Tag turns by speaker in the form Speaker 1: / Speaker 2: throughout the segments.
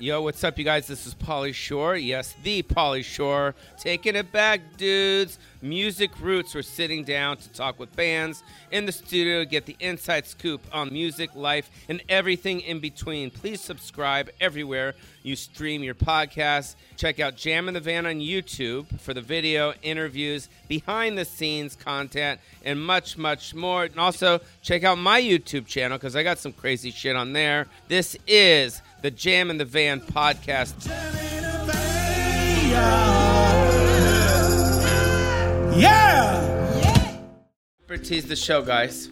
Speaker 1: Yo, what's up, you guys? This is Polly Shore. Yes, the Polly Shore. Taking it back, dudes. Music Roots. We're sitting down to talk with bands in the studio, get the inside scoop on music, life, and everything in between. Please subscribe everywhere you stream your podcast. Check out Jam in the Van on YouTube for the video, interviews, behind the scenes content, and much, much more. And also, check out my YouTube channel because I got some crazy shit on there. This is the Jam in the Van podcast.
Speaker 2: Yeah!
Speaker 1: Super tease the show, guys.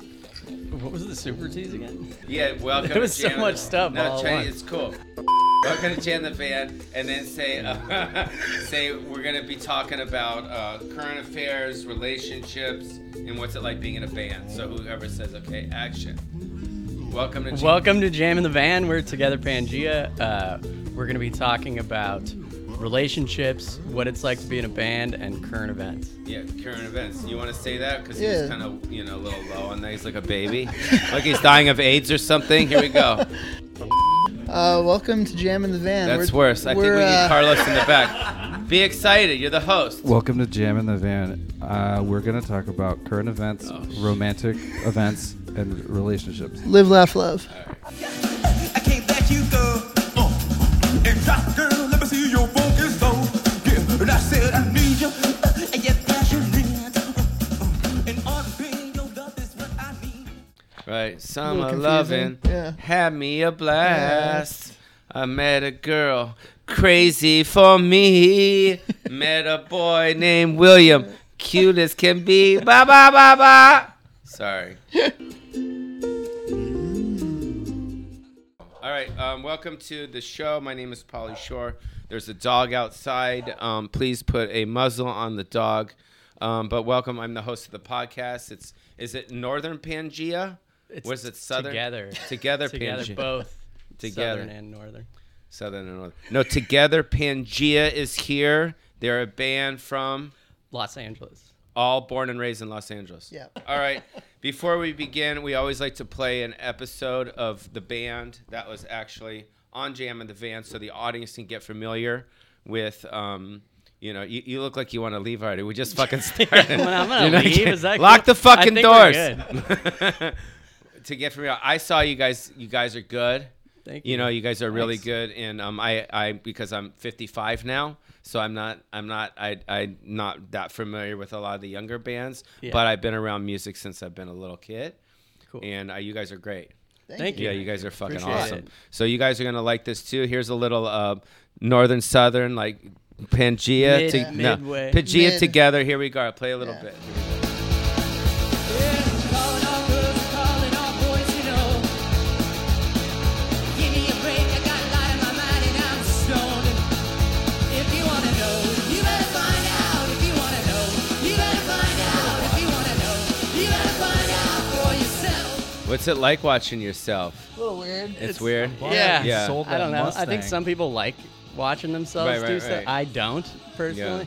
Speaker 3: What was the super tease again?
Speaker 1: Yeah, welcome.
Speaker 3: There was
Speaker 1: to
Speaker 3: so
Speaker 1: Jam-
Speaker 3: much stuff
Speaker 1: No,
Speaker 3: all at
Speaker 1: Chinese,
Speaker 3: once.
Speaker 1: it's cool. Welcome to Jam in the Van, and then say uh, say we're gonna be talking about uh, current affairs, relationships, and what's it like being in a band. So whoever says okay, action. Welcome to Jam-
Speaker 3: Welcome to Jam in the Van. We're together, Pangea. Uh, we're going to be talking about relationships, what it's like to be in a band, and current events.
Speaker 1: Yeah, current events. You want to say that because he's
Speaker 4: Yeah.
Speaker 1: kind of you know a little low on that. He's like a baby, like he's dying of AIDS or something. Here we go.
Speaker 4: Uh, welcome to Jam in the Van.
Speaker 1: That's
Speaker 4: We're-
Speaker 1: worse. I think we
Speaker 4: we're,
Speaker 1: need
Speaker 4: uh,
Speaker 1: Carlos in the back. Be excited. You're the host.
Speaker 5: Welcome to Jam in the Van. Uh, we're going to talk about current events, romantic events, and relationships.
Speaker 4: Live, laugh, love.
Speaker 2: I can't let you go. Uh, and drop, girl, let me see your focus though. Yeah, and I said I need you. Uh, and you're passionate. Uh, uh, and on being your love is what I need.
Speaker 1: Right. Summer
Speaker 4: confusing.
Speaker 1: loving
Speaker 4: Yeah.
Speaker 1: had me a blast. I met a girl crazy for me. met a boy named William, cute as can be. Ba ba ba ba. Sorry. All right. Um, welcome to the show. My name is Polly Shore. There's a dog outside. Um, please put a muzzle on the dog. Um, but welcome. I'm the host of the podcast. It's is it Northern Pangea?
Speaker 3: It's
Speaker 1: Was it Southern?
Speaker 3: Together.
Speaker 1: Together,
Speaker 3: together,
Speaker 1: Pangea.
Speaker 3: both.
Speaker 1: Together.
Speaker 3: Southern and Northern.
Speaker 1: Southern and Northern. No, together Pangea is here. They're a band from
Speaker 3: Los Angeles.
Speaker 1: all born and raised in Los Angeles.
Speaker 4: Yeah.
Speaker 1: All right. Before we begin, we always like to play an episode of the band that was actually on Jam in the Van, so the audience can get familiar with. Um, you know, you, you look like you want to leave already. We just fucking started.
Speaker 3: I'm gonna
Speaker 1: You're not
Speaker 3: leave.
Speaker 1: kidding.
Speaker 3: Is that
Speaker 1: Lock the
Speaker 3: cool?
Speaker 1: fucking
Speaker 3: I
Speaker 1: doors.
Speaker 3: think we're
Speaker 1: to get familiar, I saw you guys. You guys are good.
Speaker 3: Thank
Speaker 1: You
Speaker 3: you.
Speaker 1: know, you guys are really
Speaker 3: Thanks.
Speaker 1: good, and um, I, I because I'm 55 now, so I'm not, I'm not, I, I'm not that familiar with a lot of the younger bands,
Speaker 3: Yeah.
Speaker 1: but I've been around music since I've been a little kid,
Speaker 3: Cool.
Speaker 1: and uh, you guys are great.
Speaker 4: Thank,
Speaker 3: Thank
Speaker 4: you.
Speaker 1: Yeah, you guys are fucking
Speaker 3: Appreciate
Speaker 1: awesome.
Speaker 3: it.
Speaker 1: So you guys are gonna like this too. Here's a little uh, northern southern like Pangea
Speaker 3: Mid-
Speaker 1: to no,
Speaker 3: midway.
Speaker 1: Pangea
Speaker 4: Mid.
Speaker 1: together. Here we go. I'll play a little
Speaker 4: Yeah.
Speaker 1: bit.
Speaker 6: Calling all girls, calling all boys, you know. Give me a break, I got a lot on my mind and I'm stoned. If you wanna know, you better find out. If you wanna know, you better find out. If you wanna know, you better find out for yourself.
Speaker 1: What's it like watching yourself?
Speaker 4: A little weird.
Speaker 1: It's, weird.
Speaker 3: Yeah.
Speaker 1: Yeah.
Speaker 5: Sold
Speaker 3: I don't
Speaker 5: that
Speaker 3: know. I think
Speaker 5: Mustang.
Speaker 3: some people like watching themselves
Speaker 1: Right, right,
Speaker 3: do stuff.
Speaker 1: right.
Speaker 3: I don't, personally.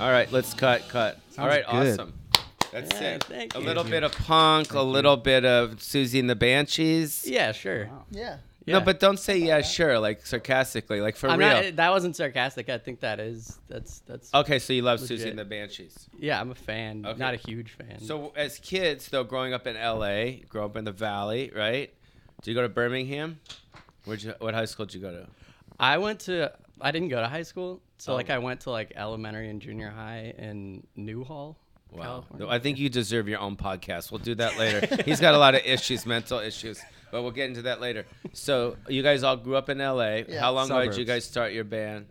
Speaker 1: All right, let's cut, cut. All right,
Speaker 5: good.
Speaker 1: awesome. That's
Speaker 3: Yeah,
Speaker 1: it.
Speaker 3: thank
Speaker 1: a
Speaker 3: you.
Speaker 1: little bit of punk, a little bit of Susie and the Banshees.
Speaker 3: Yeah, sure.
Speaker 4: Yeah.
Speaker 3: Yeah.
Speaker 1: No, but don't say yeah, sure, like sarcastically, like for
Speaker 3: I'm
Speaker 1: real.
Speaker 3: not, uh, that wasn't sarcastic. I think that is. That's, that's,
Speaker 1: okay, so you love Susie
Speaker 3: Legit.
Speaker 1: and the Banshees.
Speaker 3: yeah, I'm a fan.
Speaker 1: Okay.
Speaker 3: Not a huge fan.
Speaker 1: So as kids, though, growing up in L.A., grow up in the Valley, right? Did you go to Birmingham? Where'd you, what high school did you go to?
Speaker 3: I went to I didn't go to high school, so like
Speaker 1: Oh.
Speaker 3: I went to like elementary and junior high in Newhall.
Speaker 1: Wow.
Speaker 3: California.
Speaker 1: No, I think you deserve your own podcast. We'll do that later. He's got a lot of issues, mental issues, but we'll get into that later. So you guys all grew up in LA.
Speaker 4: Yeah.
Speaker 1: How long ago did you
Speaker 5: Suburbs.
Speaker 1: guys start your band?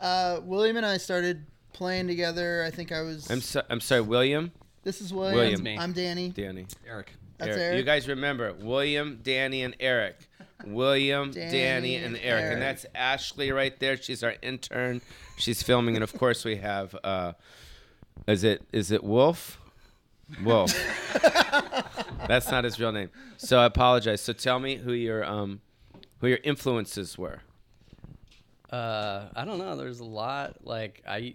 Speaker 4: Uh, William and I started playing together. I think I was.
Speaker 1: I'm so, I'm sorry, William,
Speaker 4: this is William.
Speaker 1: William.
Speaker 3: me.
Speaker 4: I'm Danny.
Speaker 1: Danny,
Speaker 5: Eric.
Speaker 4: That's
Speaker 1: Eric.
Speaker 4: Eric.
Speaker 1: You guys remember William, Danny, and Eric. William, Danny,
Speaker 4: Danny,
Speaker 1: and
Speaker 4: and
Speaker 1: Eric. And
Speaker 4: Eric.
Speaker 1: that's Ashley right there. She's our intern. She's filming. And of course, we have, uh, is it is it Wolf? Wolf. that's not his real name. So I apologize. So tell me who your um, who your influences were.
Speaker 3: Uh, I don't know. There's a lot. Like I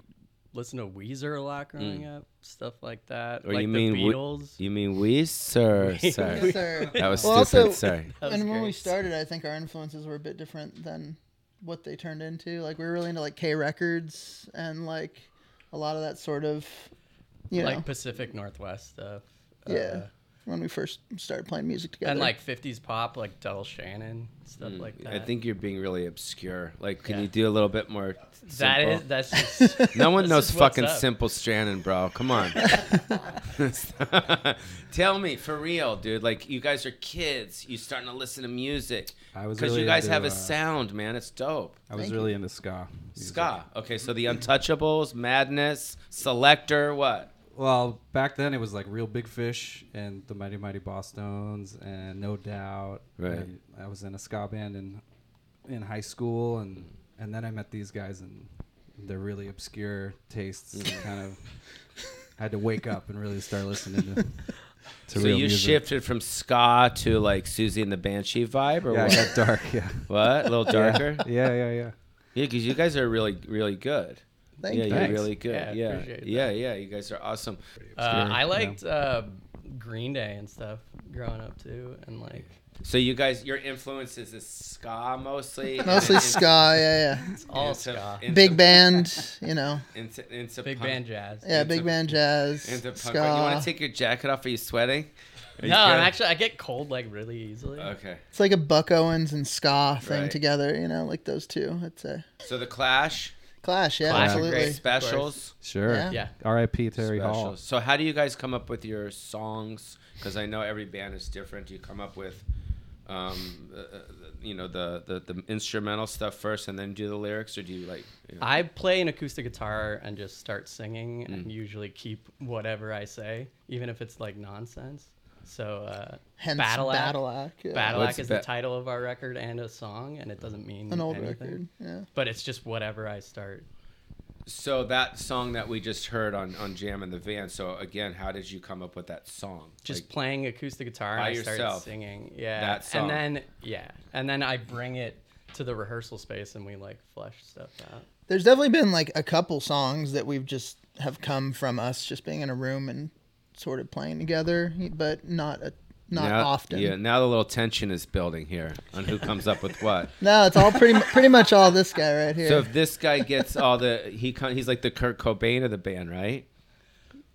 Speaker 3: listened to Weezer a lot growing up, stuff like that.
Speaker 1: Or Mm. Oh, you
Speaker 3: like the
Speaker 1: mean Wee-
Speaker 3: Beatles.
Speaker 1: You mean we, sir? Sorry.
Speaker 4: Yes, sir.
Speaker 1: That was
Speaker 4: Well,
Speaker 1: stupid.
Speaker 4: also-
Speaker 1: Sorry.
Speaker 3: That was
Speaker 4: and when we
Speaker 3: great.
Speaker 4: started, I think our influences were a bit different than what they turned into. Like we were really into like K records and like a lot of that sort of, you know,
Speaker 3: like Pacific Northwest stuff.
Speaker 4: yeah.
Speaker 3: Uh,
Speaker 4: when we first started playing music together,
Speaker 3: and like 50s pop, like Del Shannon, stuff like that.
Speaker 1: Mm, I think you're being really obscure. Like, can
Speaker 3: Yeah.
Speaker 1: you do a little bit more? Simple?
Speaker 3: that is that's just,
Speaker 1: No one
Speaker 3: that's
Speaker 1: knows
Speaker 3: just what's
Speaker 1: fucking
Speaker 3: up.
Speaker 1: simple Strandon, bro. Come on. Tell me for real, dude. Like you guys are kids. You starting to listen to music
Speaker 5: I was
Speaker 1: because you
Speaker 5: really
Speaker 1: guys
Speaker 5: into,
Speaker 1: have a
Speaker 5: uh,
Speaker 1: sound, man. It's dope.
Speaker 5: I was
Speaker 4: Thank
Speaker 5: really into ska. music.
Speaker 1: Ska. Okay, so the Untouchables, Madness, Selector, what?
Speaker 5: Well, back then it was like Real Big Fish and the Mighty Mighty Boston's and No Doubt.
Speaker 1: Right.
Speaker 5: And I was in a ska band in in high school and and then I met these guys and they're really obscure tastes and kind of had to wake up and really start listening to, to
Speaker 1: So
Speaker 5: real
Speaker 1: you
Speaker 5: music.
Speaker 1: shifted from ska to like Susie and the Banshee vibe, or
Speaker 5: Yeah,
Speaker 1: what?
Speaker 5: it got dark. Yeah.
Speaker 1: what? A little darker. yeah,
Speaker 5: Yeah, yeah, yeah.
Speaker 1: because you guys are really, really good.
Speaker 4: Thank
Speaker 1: yeah,
Speaker 4: you.
Speaker 1: you're
Speaker 5: Thanks.
Speaker 1: really good.
Speaker 3: Yeah,
Speaker 1: Yeah,
Speaker 3: I
Speaker 1: yeah,
Speaker 3: appreciate
Speaker 1: yeah, You guys are awesome.
Speaker 3: Uh, I
Speaker 5: Yeah.
Speaker 3: liked uh, Green Day and stuff growing up too, and like
Speaker 1: So you guys, your influences is ska mostly.
Speaker 4: mostly
Speaker 1: and-
Speaker 4: ska, yeah, yeah.
Speaker 3: all
Speaker 1: and some-
Speaker 3: ska,
Speaker 1: and
Speaker 4: Big
Speaker 1: some-
Speaker 4: band, you know,
Speaker 1: and some- and some
Speaker 3: big
Speaker 1: punk-
Speaker 3: band jazz.
Speaker 4: yeah,
Speaker 1: Into-
Speaker 4: big band jazz,
Speaker 1: and some punk
Speaker 4: ska.
Speaker 1: rock. You want to take your jacket off? Are you sweating? Are you
Speaker 3: No, I'm
Speaker 1: good? Uh,
Speaker 3: actually I get cold like really easily.
Speaker 1: Okay.
Speaker 4: it's like a Buck Owens and ska thing
Speaker 1: Right.
Speaker 4: together, you know, like those two. It's a
Speaker 1: So the Clash
Speaker 4: clash, yeah,
Speaker 3: Clash are
Speaker 4: absolutely.
Speaker 3: great.
Speaker 1: specials.
Speaker 5: Sure.
Speaker 4: Yeah.
Speaker 3: Yeah.
Speaker 5: R.I.P. Terry Hall.
Speaker 1: specials. So how do you guys come up with your songs? Because I know every band is different. Do you come up with, um, uh, uh, you know, the, the the instrumental stuff first, and then do the lyrics, or do you like? You know-
Speaker 3: I play an acoustic guitar and just start singing
Speaker 1: Mm.
Speaker 3: and usually keep whatever I say, even if it's like nonsense. So uh,
Speaker 4: Hence
Speaker 3: Battle
Speaker 4: Battle
Speaker 3: Act.
Speaker 4: Act, yeah.
Speaker 3: Battle
Speaker 1: What's
Speaker 3: Act is
Speaker 1: ba-
Speaker 3: the title of our record and a song, and it doesn't mean
Speaker 4: an old
Speaker 3: anything,
Speaker 4: record, yeah.
Speaker 3: But it's just whatever I start.
Speaker 1: So that song that we just heard on on Jam in the Van. So again, how did you come up with that song?
Speaker 3: Just
Speaker 1: Like,
Speaker 3: playing acoustic guitar, and
Speaker 1: by
Speaker 3: I started
Speaker 1: yourself,
Speaker 3: singing. Yeah,
Speaker 1: that song.
Speaker 3: and then yeah, and then I bring it to the rehearsal space and we like flesh stuff out.
Speaker 4: There's definitely been like a couple songs that we've just have come from us just being in a room and sort of playing together, but not a, not
Speaker 1: now-
Speaker 4: often.
Speaker 1: Yeah. Now the little tension is building here on who comes up with what.
Speaker 4: No, it's all pretty mu- pretty much all this guy right here.
Speaker 1: So if this guy gets all the he come, he's like the Kurt Cobain of the band, right?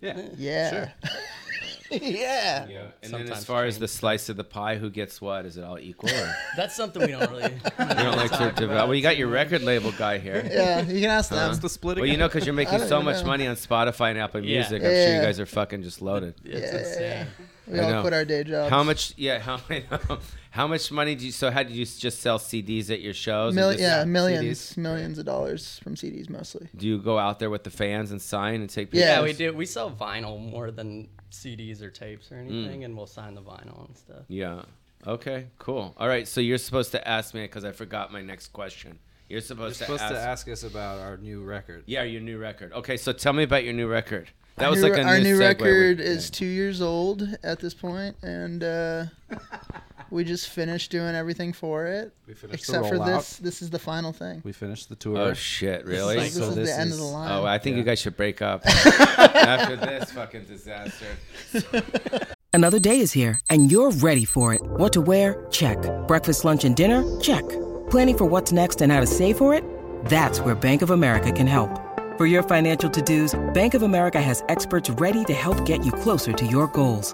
Speaker 5: Yeah.
Speaker 4: yeah. yeah.
Speaker 1: Yeah. And then as
Speaker 3: Sometimes
Speaker 1: far as
Speaker 3: change.
Speaker 1: the slice of the pie, who gets what? Is it all equal? Or
Speaker 3: That's something we don't
Speaker 1: you
Speaker 3: really.
Speaker 1: don't like to
Speaker 3: Talk
Speaker 1: develop.
Speaker 3: about
Speaker 1: Well, you got your record label guy here.
Speaker 4: Yeah, you can ask them.
Speaker 5: the split
Speaker 1: Well, you know, because you're making so much
Speaker 4: know.
Speaker 1: money on Spotify and Apple
Speaker 3: Yeah.
Speaker 1: Music, I'm sure you
Speaker 4: Yeah.
Speaker 1: guys are fucking just loaded.
Speaker 3: It's insane.
Speaker 4: We
Speaker 1: I
Speaker 4: all
Speaker 1: know.
Speaker 4: quit our day jobs.
Speaker 1: How much? Yeah, how how much money do you? So how did you s- just sell CDs at your shows? and
Speaker 4: Mil-
Speaker 1: just-
Speaker 4: yeah, millions, millions of dollars from CDs mostly.
Speaker 1: Do you go out there with the fans and sign and take pictures?
Speaker 3: Yeah,
Speaker 4: Yeah,
Speaker 3: Oh, we
Speaker 4: it's-
Speaker 3: do. We sell vinyl more than CDs or tapes
Speaker 1: Hmm.
Speaker 3: or anything, and we'll sign the vinyl and stuff.
Speaker 1: Yeah. Okay. Cool. All right. So you're supposed to ask me because I forgot my next question. You're
Speaker 5: You're
Speaker 1: supposed,
Speaker 5: supposed
Speaker 1: to, ask,
Speaker 5: to ask us about our new record.
Speaker 1: Yeah, your new record. Okay. So tell me about your new record. That was
Speaker 4: Our
Speaker 1: like a
Speaker 4: new- our new
Speaker 1: segue we-
Speaker 4: record is two years old at this point, and uh, we just finished doing everything for it,
Speaker 5: We finished the
Speaker 4: except for
Speaker 5: rollout.
Speaker 4: this. This is the final thing.
Speaker 5: We finished the tour.
Speaker 1: Oh shit! Really?
Speaker 4: Like, this
Speaker 5: So
Speaker 4: is
Speaker 5: this
Speaker 4: the end
Speaker 5: is-
Speaker 4: of the line.
Speaker 1: oh, I think you
Speaker 5: Yeah.
Speaker 1: guys should break up after this fucking disaster.
Speaker 7: Another day is here, and you're ready for it. What to wear? Check. Breakfast, lunch, and dinner? Check. Planning for what's next and how to save for it? That's where Bank of America can help. For your financial to dos, Bank of America has experts ready to help get you closer to your goals.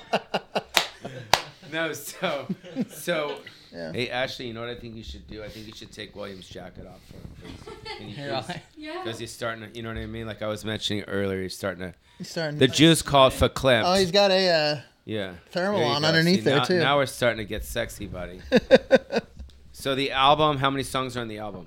Speaker 1: No, so so.
Speaker 4: Yeah.
Speaker 1: Hey Ashley, you know what I think you should do? I think you should take William's jacket off for him, please. Can you please? Because he's starting to, you know what I mean? Like I was mentioning earlier, he's starting to.
Speaker 4: He's starting.
Speaker 1: The Jews call it for
Speaker 4: oh, he's got a uh,
Speaker 1: Yeah.
Speaker 4: Thermal
Speaker 1: you
Speaker 4: on
Speaker 1: go.
Speaker 4: underneath there,
Speaker 1: now,
Speaker 4: too.
Speaker 1: Now we're starting to get sexy, buddy. so the album, how many songs are on the album?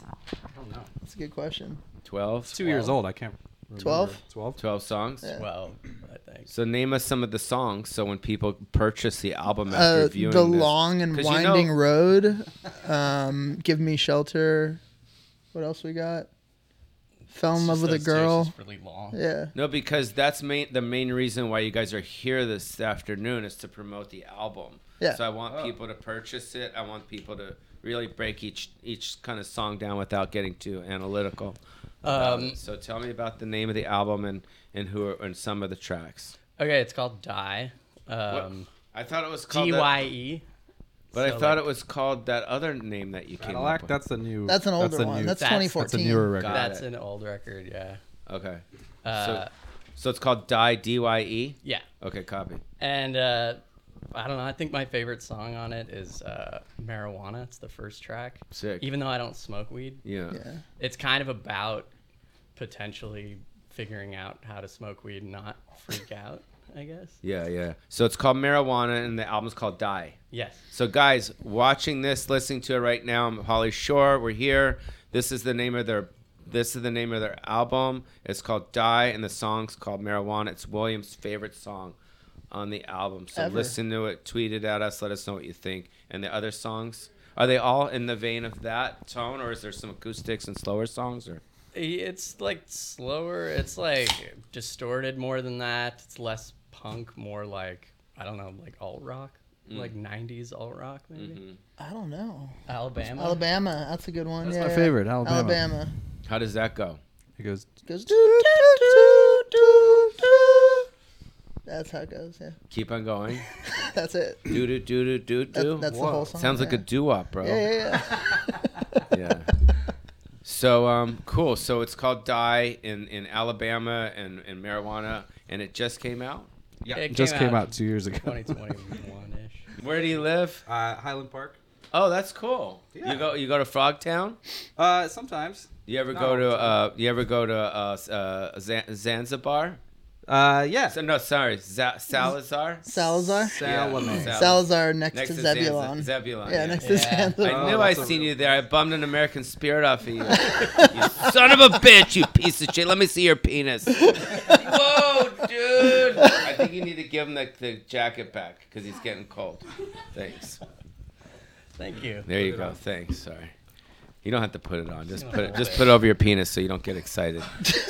Speaker 4: That's a good question.
Speaker 1: 12?
Speaker 5: Two years old. I can't. remember.
Speaker 4: Twelve?
Speaker 5: Twelve.
Speaker 1: 12 songs?
Speaker 3: Well, I think.
Speaker 1: So name us some of the songs so when people purchase the album after
Speaker 4: Uh,
Speaker 1: viewing
Speaker 4: the
Speaker 1: this-
Speaker 4: long and
Speaker 1: 'Cause
Speaker 4: winding
Speaker 1: you know,
Speaker 4: road. Um, give me shelter. What else we got? Fell in love with a girl.
Speaker 3: really long.
Speaker 4: Yeah.
Speaker 1: No, because that's main, the main reason why you guys are here this afternoon is to promote the album.
Speaker 4: Yeah.
Speaker 1: So I
Speaker 3: Oh.
Speaker 1: want people to purchase it. I want people to really break each each kind of song down without getting too analytical. about
Speaker 3: Um,
Speaker 1: it. so tell me about the name of the album and and who are, and some of the tracks.
Speaker 3: Okay, it's called Die.
Speaker 1: What-
Speaker 3: Um,
Speaker 1: I thought it was called
Speaker 3: D
Speaker 1: that-
Speaker 3: Y E.
Speaker 1: but
Speaker 3: so
Speaker 1: I thought it
Speaker 3: like-
Speaker 1: was called that other name that you came up
Speaker 5: Cadillac.
Speaker 1: with.
Speaker 5: That's a new.
Speaker 4: That's an older
Speaker 5: a
Speaker 4: one.
Speaker 5: new-
Speaker 4: that's,
Speaker 3: that's- that's a
Speaker 4: 2014.
Speaker 5: that's a newer record.
Speaker 1: Got
Speaker 3: That's
Speaker 1: it.
Speaker 3: an old record. Yeah.
Speaker 1: okay.
Speaker 3: Uh,
Speaker 1: so, so it's called Die D Y E.
Speaker 3: Yeah.
Speaker 1: Okay, copy.
Speaker 3: And uh, I don't know. I think my favorite song on it is uh, Marijuana. It's the first track.
Speaker 1: Sick.
Speaker 3: Even though I don't smoke weed,
Speaker 1: Yeah.
Speaker 4: Yeah.
Speaker 3: it's kind of about potentially figuring out how to smoke weed and not freak out, I guess.
Speaker 1: Yeah, yeah. So it's called Marijuana, and the album's called Die.
Speaker 3: Yes.
Speaker 1: So, guys, watching this, listening to it right now, I'm Holly Shore. We're here. This is the name of their. This is the name of their album. It's called Die, and the song's called Marijuana. It's William's favorite song on the album. So
Speaker 4: Ever.
Speaker 1: listen to it, tweet it at us, let us know what you think. And the other songs, are they all in the vein of that tone, or is there some acoustics and slower songs? Or
Speaker 3: It's like slower. It's like distorted more than that. It's less punk, more like I don't know, like alt rock,
Speaker 1: Mm.
Speaker 3: like '90s alt rock maybe.
Speaker 1: Mm-hmm.
Speaker 4: I don't know.
Speaker 3: Alabama.
Speaker 4: Uh, Alabama. That's a good one.
Speaker 5: That's
Speaker 4: yeah,
Speaker 5: my
Speaker 4: yeah.
Speaker 5: favorite, Alabama.
Speaker 4: Alabama.
Speaker 1: how does that go?
Speaker 5: It goes.
Speaker 4: Goes doo, doo, doo, doo, doo. That's how it goes. Yeah.
Speaker 1: Keep on going.
Speaker 4: That's it.
Speaker 1: Do do do do do do.
Speaker 4: That- that's the
Speaker 1: Whoa.
Speaker 4: whole song,
Speaker 1: Sounds like
Speaker 4: yeah.
Speaker 1: a doo wop, bro.
Speaker 4: Yeah, yeah, yeah.
Speaker 1: yeah. So um, cool. So it's called Die in, in Alabama and, and marijuana, and it just came out.
Speaker 3: Yeah, it
Speaker 5: Just came out two years ago.
Speaker 3: 2021 ish.
Speaker 1: Where do you live?
Speaker 5: Uh, Highland Park.
Speaker 1: Oh, that's cool. You go you go to Frog Town.
Speaker 5: Uh, sometimes.
Speaker 1: You ever
Speaker 5: Not
Speaker 1: go
Speaker 5: all
Speaker 1: to
Speaker 5: the
Speaker 1: uh, you ever go to uh, s- uh, Zan- Zanzibar?
Speaker 5: Uh, yeah.
Speaker 1: So, no, sorry, Za- Salazar.
Speaker 4: Salazar.
Speaker 5: Salome.
Speaker 1: Sal-
Speaker 4: Salazar next,
Speaker 1: Next
Speaker 4: to
Speaker 1: to Zanzi-
Speaker 4: Zebulon.
Speaker 1: Zebulon,
Speaker 4: Yeah,
Speaker 1: yeah.
Speaker 4: next to
Speaker 3: Yeah.
Speaker 4: Zanzibar.
Speaker 1: I
Speaker 5: Oh,
Speaker 1: knew I
Speaker 5: that's a
Speaker 1: seen
Speaker 5: real-
Speaker 1: you there. I bummed an American spirit off of you. you son of a bitch, you piece of shit. Let me see your penis. Whoa, dude. I think you need to give him the, the jacket back because he's getting cold. Thanks.
Speaker 3: Thank you.
Speaker 1: There you go. Thanks. Sorry. You don't have to put it on. Just put it. Just put it over your penis so you don't get excited.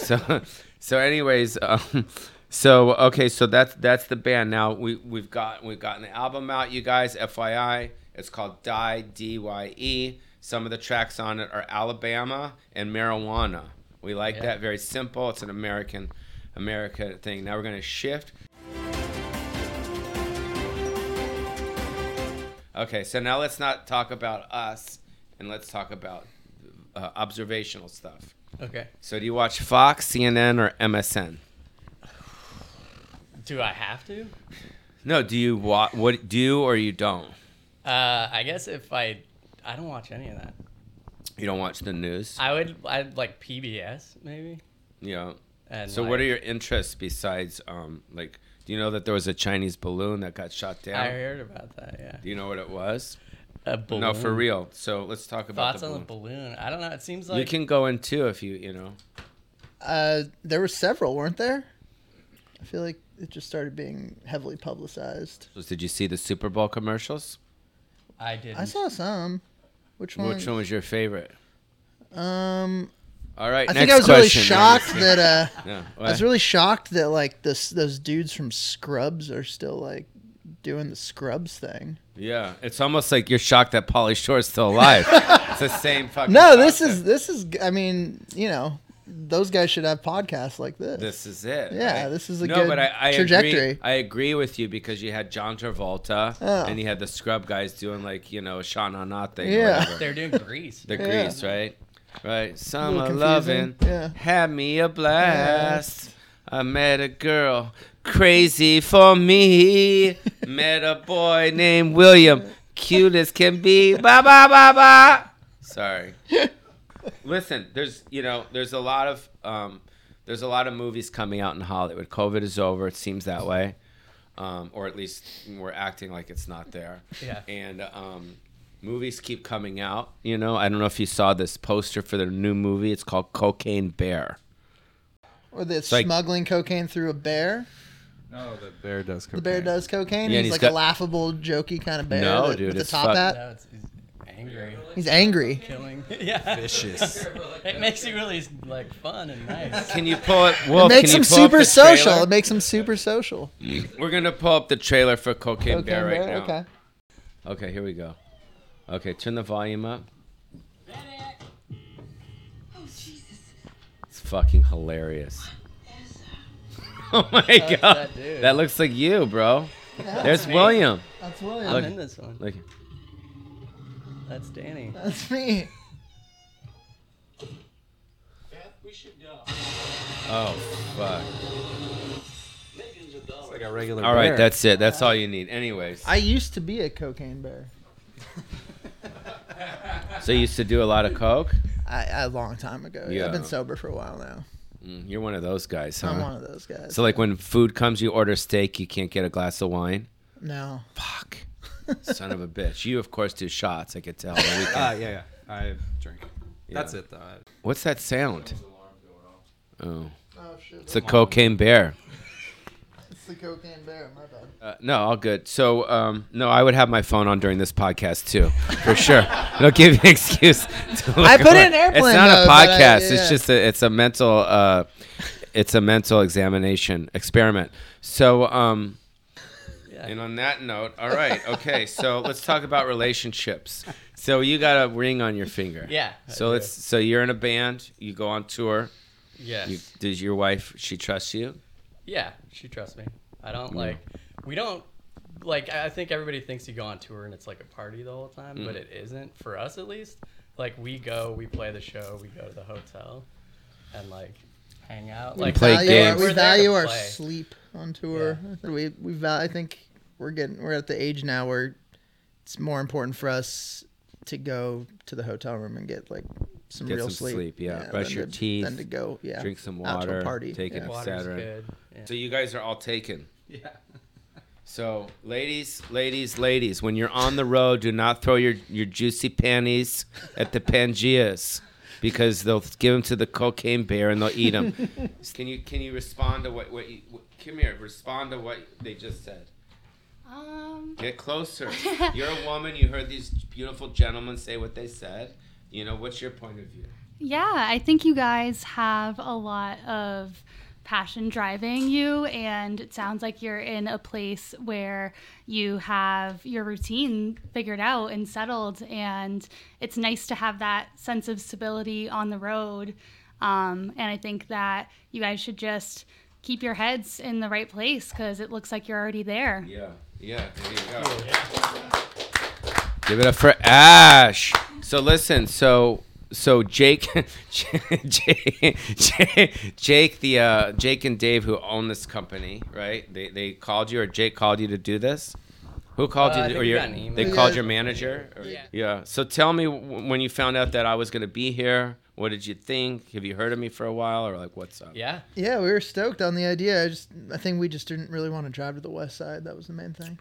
Speaker 1: so, so anyways, um, so okay, so that's that's the band. Now we we've got we've gotten the album out, you guys. FYI, it's called Die D Y E. Some of the tracks on it are Alabama and Marijuana. We like that. Very simple. It's an American, America thing. Now we're gonna shift. Okay, so now let's not talk about us and let's talk about uh, observational stuff.
Speaker 3: Okay.
Speaker 1: So, do you watch Fox, CNN, or MSN?
Speaker 3: Do I have to?
Speaker 1: No, do you wa- what do you or you don't?
Speaker 3: Uh, I guess if I, I don't watch any of that.
Speaker 1: You don't watch the news,
Speaker 3: I would, I'd like PBS maybe.
Speaker 1: you know.
Speaker 3: And
Speaker 1: So, what are
Speaker 3: like-
Speaker 1: your interests besides um like? Do you know that there was a Chinese balloon that got shot
Speaker 3: I
Speaker 1: down?
Speaker 3: heard about that. Yeah.
Speaker 1: Do you know what it was?
Speaker 3: A balloon.
Speaker 1: No, for real. So let's talk about
Speaker 3: Thoughts
Speaker 1: the
Speaker 3: on the
Speaker 1: balloon.
Speaker 3: balloon? I don't know. It seems
Speaker 1: you
Speaker 3: like
Speaker 1: can go in too if you you know.
Speaker 4: Uh, there were several, weren't there? I feel like it just started being heavily publicized.
Speaker 1: Did you see the Super Bowl commercials?
Speaker 3: I didn't.
Speaker 4: I saw some. Which one?
Speaker 1: Which one was your favorite?
Speaker 4: Mm. Um,
Speaker 1: All right,
Speaker 4: I
Speaker 1: next
Speaker 4: think I was really
Speaker 1: question.
Speaker 4: shocked that uh,
Speaker 1: Yeah,
Speaker 4: I was really shocked that like this those dudes from Scrubs are still like doing the Scrubs thing.
Speaker 1: Yeah, it's almost like you're shocked that Polly Shore's still alive. it's the same fucking.
Speaker 4: No, this
Speaker 1: concept.
Speaker 4: is this is I mean, you know, those guys should have podcasts like this.
Speaker 1: This is it.
Speaker 4: Yeah, this is a
Speaker 1: no,
Speaker 4: good
Speaker 1: but I, I Agree,
Speaker 4: trajectory. Oh.
Speaker 1: I agree with you because you had John Travolta and you had the scrub guys doing like you know Sha Na Na thing. or
Speaker 4: Yeah.
Speaker 1: whatever.
Speaker 3: They're doing Grease.
Speaker 1: the
Speaker 4: Yeah.
Speaker 1: grease, right? Right. Summer
Speaker 4: confusing.
Speaker 1: loving
Speaker 4: Yeah.
Speaker 1: had me a blast. I met a girl crazy for me. met a boy named William, cute as can be. Ba ba ba ba. Sorry. Listen, there's you know there's a lot of um, there's a lot of movies coming out in Hollywood. COVID is over. It seems that way. um, or at least we're acting like it's not there.
Speaker 3: Yeah.
Speaker 1: And um, movies keep coming out. You know, I don't know if you saw this poster for their new movie. It's called Cocaine Bear.
Speaker 4: Or that's
Speaker 1: like-
Speaker 4: smuggling cocaine through a bear.
Speaker 5: No, the bear does cocaine.
Speaker 4: The bear does cocaine.
Speaker 1: Yeah, and
Speaker 4: and
Speaker 1: he's
Speaker 4: he's, like
Speaker 1: got-
Speaker 4: a laughable, jokey kind of bear.
Speaker 1: No,
Speaker 4: that-
Speaker 1: dude,
Speaker 4: With the
Speaker 1: it's
Speaker 4: top
Speaker 1: fuck-
Speaker 4: hat.
Speaker 3: No, it's, it's angry,
Speaker 4: He's angry.
Speaker 3: killing. Yeah,
Speaker 5: vicious.
Speaker 3: it makes you really like fun and nice.
Speaker 1: Can you pull it? Wolf,
Speaker 4: Makes
Speaker 1: can
Speaker 4: him
Speaker 1: you pull up
Speaker 4: super
Speaker 1: the
Speaker 4: social.
Speaker 1: trailer?
Speaker 4: It makes him super social.
Speaker 1: We're gonna pull up the trailer for Cocaine,
Speaker 4: Cocaine
Speaker 1: Bear right
Speaker 4: bear.
Speaker 1: now.
Speaker 4: Okay.
Speaker 1: Okay, here we go. Okay, turn the volume up. It's fucking hilarious. Oh my god.
Speaker 3: that dude?
Speaker 1: That looks like you, bro. There's William.
Speaker 4: That's William.
Speaker 3: I'm in this one.
Speaker 1: Look.
Speaker 3: That's Danny.
Speaker 4: That's me.
Speaker 1: Oh fuck.
Speaker 5: like a regular.
Speaker 1: All right,
Speaker 5: bear.
Speaker 1: that's it. That's all you need. Anyways,
Speaker 4: I used to be a cocaine bear.
Speaker 1: so you used to do a lot of coke.
Speaker 4: I, a long time ago.
Speaker 1: Yeah.
Speaker 4: I've been sober for a while now.
Speaker 1: Mm, You're one of those guys, huh?
Speaker 4: I'm one of those guys.
Speaker 1: Uh-huh. So like when food comes, you order steak, you can't get a glass of wine.
Speaker 4: no.
Speaker 1: Fuck. Son of a bitch. You of course do shots. I could tell. but we can't.
Speaker 5: Ah, yeah, yeah. I drink. That's it though.
Speaker 1: What's that sound? Oh,
Speaker 4: Oh shit.
Speaker 1: it's a cocaine bear.
Speaker 4: It's the cocaine bear. My bad.
Speaker 1: Uh, no, all good. So, um, no, I would have my phone on during this podcast too, for sure. It'll give you an excuse. To look
Speaker 4: I put
Speaker 1: away.
Speaker 4: in airplane
Speaker 1: It's not
Speaker 4: mode,
Speaker 1: a
Speaker 4: but I-
Speaker 1: podcast.
Speaker 4: yeah.
Speaker 1: It's just a, it's a mental, uh, it's a mental examination experiment. So, um, and on that note, all right, okay. So let's talk about relationships. So you got a ring on your finger.
Speaker 3: Yeah, I
Speaker 1: So
Speaker 3: do.
Speaker 1: let's. So you're in a band. You go on tour.
Speaker 3: Yes.
Speaker 1: You, does your wife? She trusts you?
Speaker 3: Yeah, she trusts me. I don't
Speaker 1: Mm.
Speaker 3: like. We don't like. I I think everybody thinks you go on tour and it's like a party the whole time,
Speaker 1: Mm.
Speaker 3: but it isn't for us at least. Like we go, we play the show, we go to the hotel, and like hang out. Like
Speaker 1: play
Speaker 4: value
Speaker 1: games.
Speaker 4: Our, we
Speaker 3: We're there to
Speaker 4: value our
Speaker 3: play.
Speaker 4: sleep on tour. I think We we val- I think we're getting we're at the age now where it's more important for us to go to the hotel room and get like some
Speaker 1: Get
Speaker 4: real
Speaker 1: some
Speaker 4: sleep.
Speaker 1: sleep, yeah.
Speaker 4: than
Speaker 1: Brush your
Speaker 4: to-
Speaker 1: teeth,
Speaker 4: Than to go. Yeah.
Speaker 1: drink some
Speaker 4: out to a
Speaker 1: water,
Speaker 4: party.
Speaker 1: take
Speaker 4: yeah.
Speaker 1: an
Speaker 3: Water's
Speaker 1: Saturn.
Speaker 3: good. Yeah.
Speaker 1: So you guys are all taken. Yeah. So ladies, ladies, ladies, when you're on the road, do not throw your, your juicy panties at the Pangeas because they'll give them to the cocaine bear and they'll eat them. can you can you respond to what what you what, come here? Respond to what they just said.
Speaker 8: Um,
Speaker 1: Get closer. You're a woman. You heard these beautiful gentlemen say what they said. You know what's your point of view?
Speaker 8: yeah, I think you guys have a lot of passion driving you, and it sounds like you're in a place where you have your routine figured out and settled. And it's nice to have that sense of stability on the road. Um, and I think that you guys should just keep your heads in the right place because it looks like you're already there.
Speaker 1: Yeah, yeah, there you go. Give it up for Ash. So listen, so so Jake, Jake, Jake, Jake the uh, Jake and Dave who own this company, right? They they called you or Jake called you to do this. Who called
Speaker 3: Uh,
Speaker 1: you? to-
Speaker 3: I think
Speaker 1: or
Speaker 3: we
Speaker 1: your,
Speaker 3: got an email.
Speaker 1: they
Speaker 4: Yeah.
Speaker 1: called your manager. Or, yeah. So tell me w- when you found out that I was going to be here. What did you think? Have you heard of me for a while, or like what's up?
Speaker 3: Yeah.
Speaker 4: Yeah, we were stoked on the idea. I just I think we just didn't really want to drive to the west side. That was the main thing.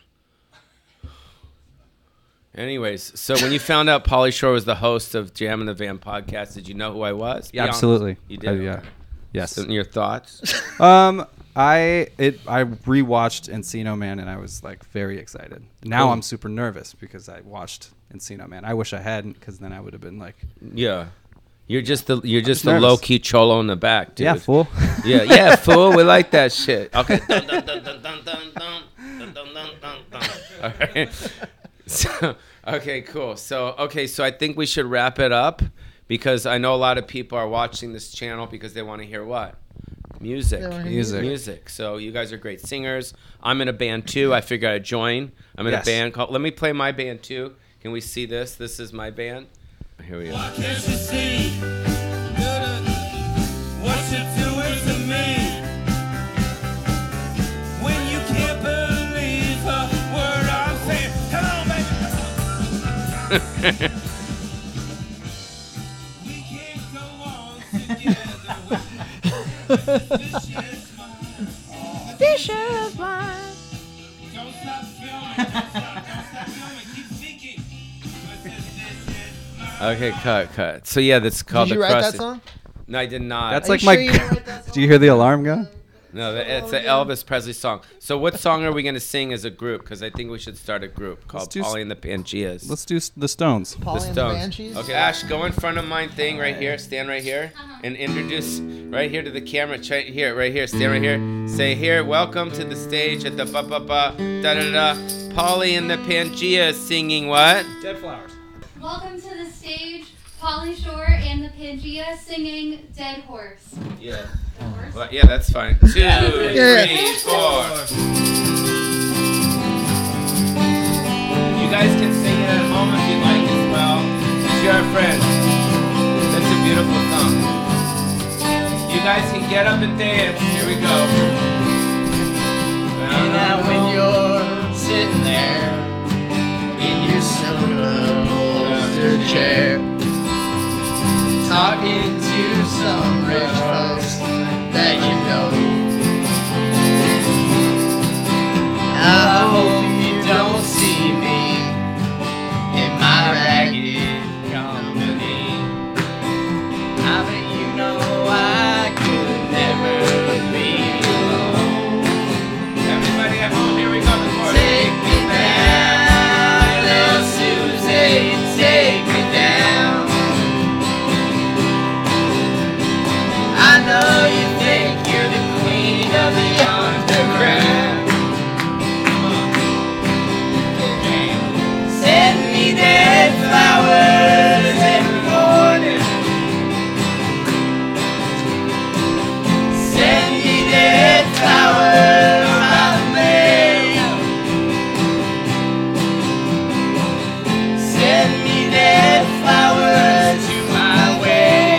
Speaker 1: Anyways, so when you found out Polly Shore was the host of Jam in the Van podcast, did you know who I was? Be honest.
Speaker 5: Absolutely.
Speaker 1: You did.
Speaker 5: Uh, yeah.
Speaker 1: Okay.
Speaker 5: Yes.
Speaker 1: And your thoughts?
Speaker 5: Um, I it I rewatched Encino Man and I was like very excited. Now I'm super nervous because I watched Encino Man. I wish I hadn't because then I would have been like,
Speaker 1: yeah. You're just the you're just
Speaker 5: just
Speaker 1: the
Speaker 5: nervous.
Speaker 1: low key cholo in the back, dude.
Speaker 5: yeah, fool.
Speaker 1: Yeah, yeah, fool. We like that shit. Okay. Dun, dun, dun, dun, dun, dun, dun, dun, dun, dun, dun, dun. All right. So, okay, cool. So, okay, so I think we should wrap it up because I know a lot of people are watching this channel because they want to hear what? Music.
Speaker 4: They wanna hear
Speaker 5: Music.
Speaker 1: Music. So, you guys are great singers. I'm in a band too. I figure I'd join. I'm in
Speaker 5: Yes.
Speaker 1: a band called Let me play my band too. Can we see this? This is my band. Here we go.
Speaker 2: Can't you see what you're doing to me? When you can't believe a word I'm saying. Come on, baby. we can't go on together. with this. This is mine. This is mine.
Speaker 1: Okay, cut, cut. So yeah, that's called
Speaker 4: Did
Speaker 1: Oh, the
Speaker 4: you write that
Speaker 1: Crusty-
Speaker 4: song?
Speaker 1: No, I did not.
Speaker 5: That's
Speaker 4: Are
Speaker 5: like
Speaker 4: you
Speaker 5: my.
Speaker 4: sure you didn't write that
Speaker 5: Do you hear the alarm go?
Speaker 1: no, that- it's an Elvis Presley song. So what song are we gonna sing as a group? Because I think we should start a group called
Speaker 5: do s-
Speaker 1: Polly and the Pangeas.
Speaker 5: Let's do s- the Stones.
Speaker 4: Polly
Speaker 1: the
Speaker 4: and the
Speaker 1: Stones.
Speaker 4: Banshees.
Speaker 1: Okay, Ash, go in front of mine thing right here. Stand right here and introduce right here to the camera. Try, here, right here. Stand right here. Say here, welcome to the stage at the ba ba ba da da da. Polly and the Pangea singing what?
Speaker 5: Dead flowers.
Speaker 9: Welcome to the stage, Polly Shore and the Pangea singing Dead Horse.
Speaker 1: Yeah.
Speaker 9: Dead Horse?
Speaker 1: Well, yeah, that's fine. Two, three, four. You guys can sing it at home if you'd like as well. It's your friend. That's a beautiful song. You guys can get up and dance. Here we go.
Speaker 3: Now when you're sitting there in your silver old chair, talking to some rich folks that you know. I hope you don't see me in my ragged company. I bet you know I could never be alone.
Speaker 1: Everybody at home, here we go. The chorus.
Speaker 3: Take me down, little Susie, take me down. I know you think you're the queen of the underground. Come on. Send me dead flowers every morning. Send me dead flowers by the mail. Send me dead flowers to my way.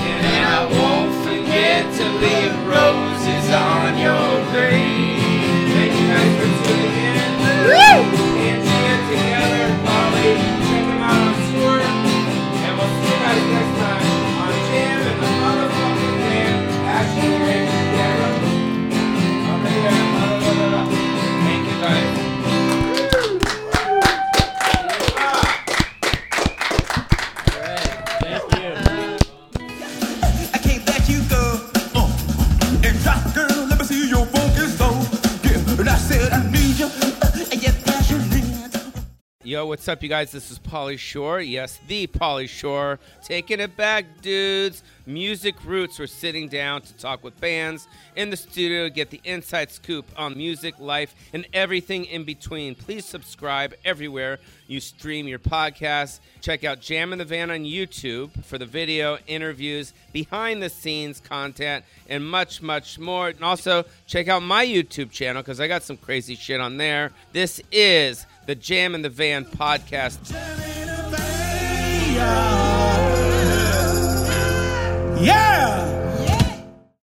Speaker 3: And I won't forget to leave roses on your grave. Thank you guys for tuning in. And cheer together, Molly. Check them out on tour. And we'll see you guys next time on Jam and the motherfucking man. Ashley and Darren. I'll be there. Blah, blah, blah, blah, blah. Thank you guys.
Speaker 2: I can't let you go. Uh, and drop, girl, let me see your focus though. Yeah, and I said I need you. Uh, and yet passionate.
Speaker 1: Yo, what's up, you guys? This is Polly Shore. Yes, the Polly Shore. Taking it back, dudes. Music Roots. We're sitting down to talk with bands in the studio, get the inside scoop on music, life, and everything in between. Please subscribe everywhere you stream your podcasts. Check out Jam in the Van on YouTube for the video, interviews, behind the scenes content, and much, much more. And also, check out my YouTube channel because I got some crazy shit on there. This is the Jam in the Van podcast.
Speaker 2: Jam in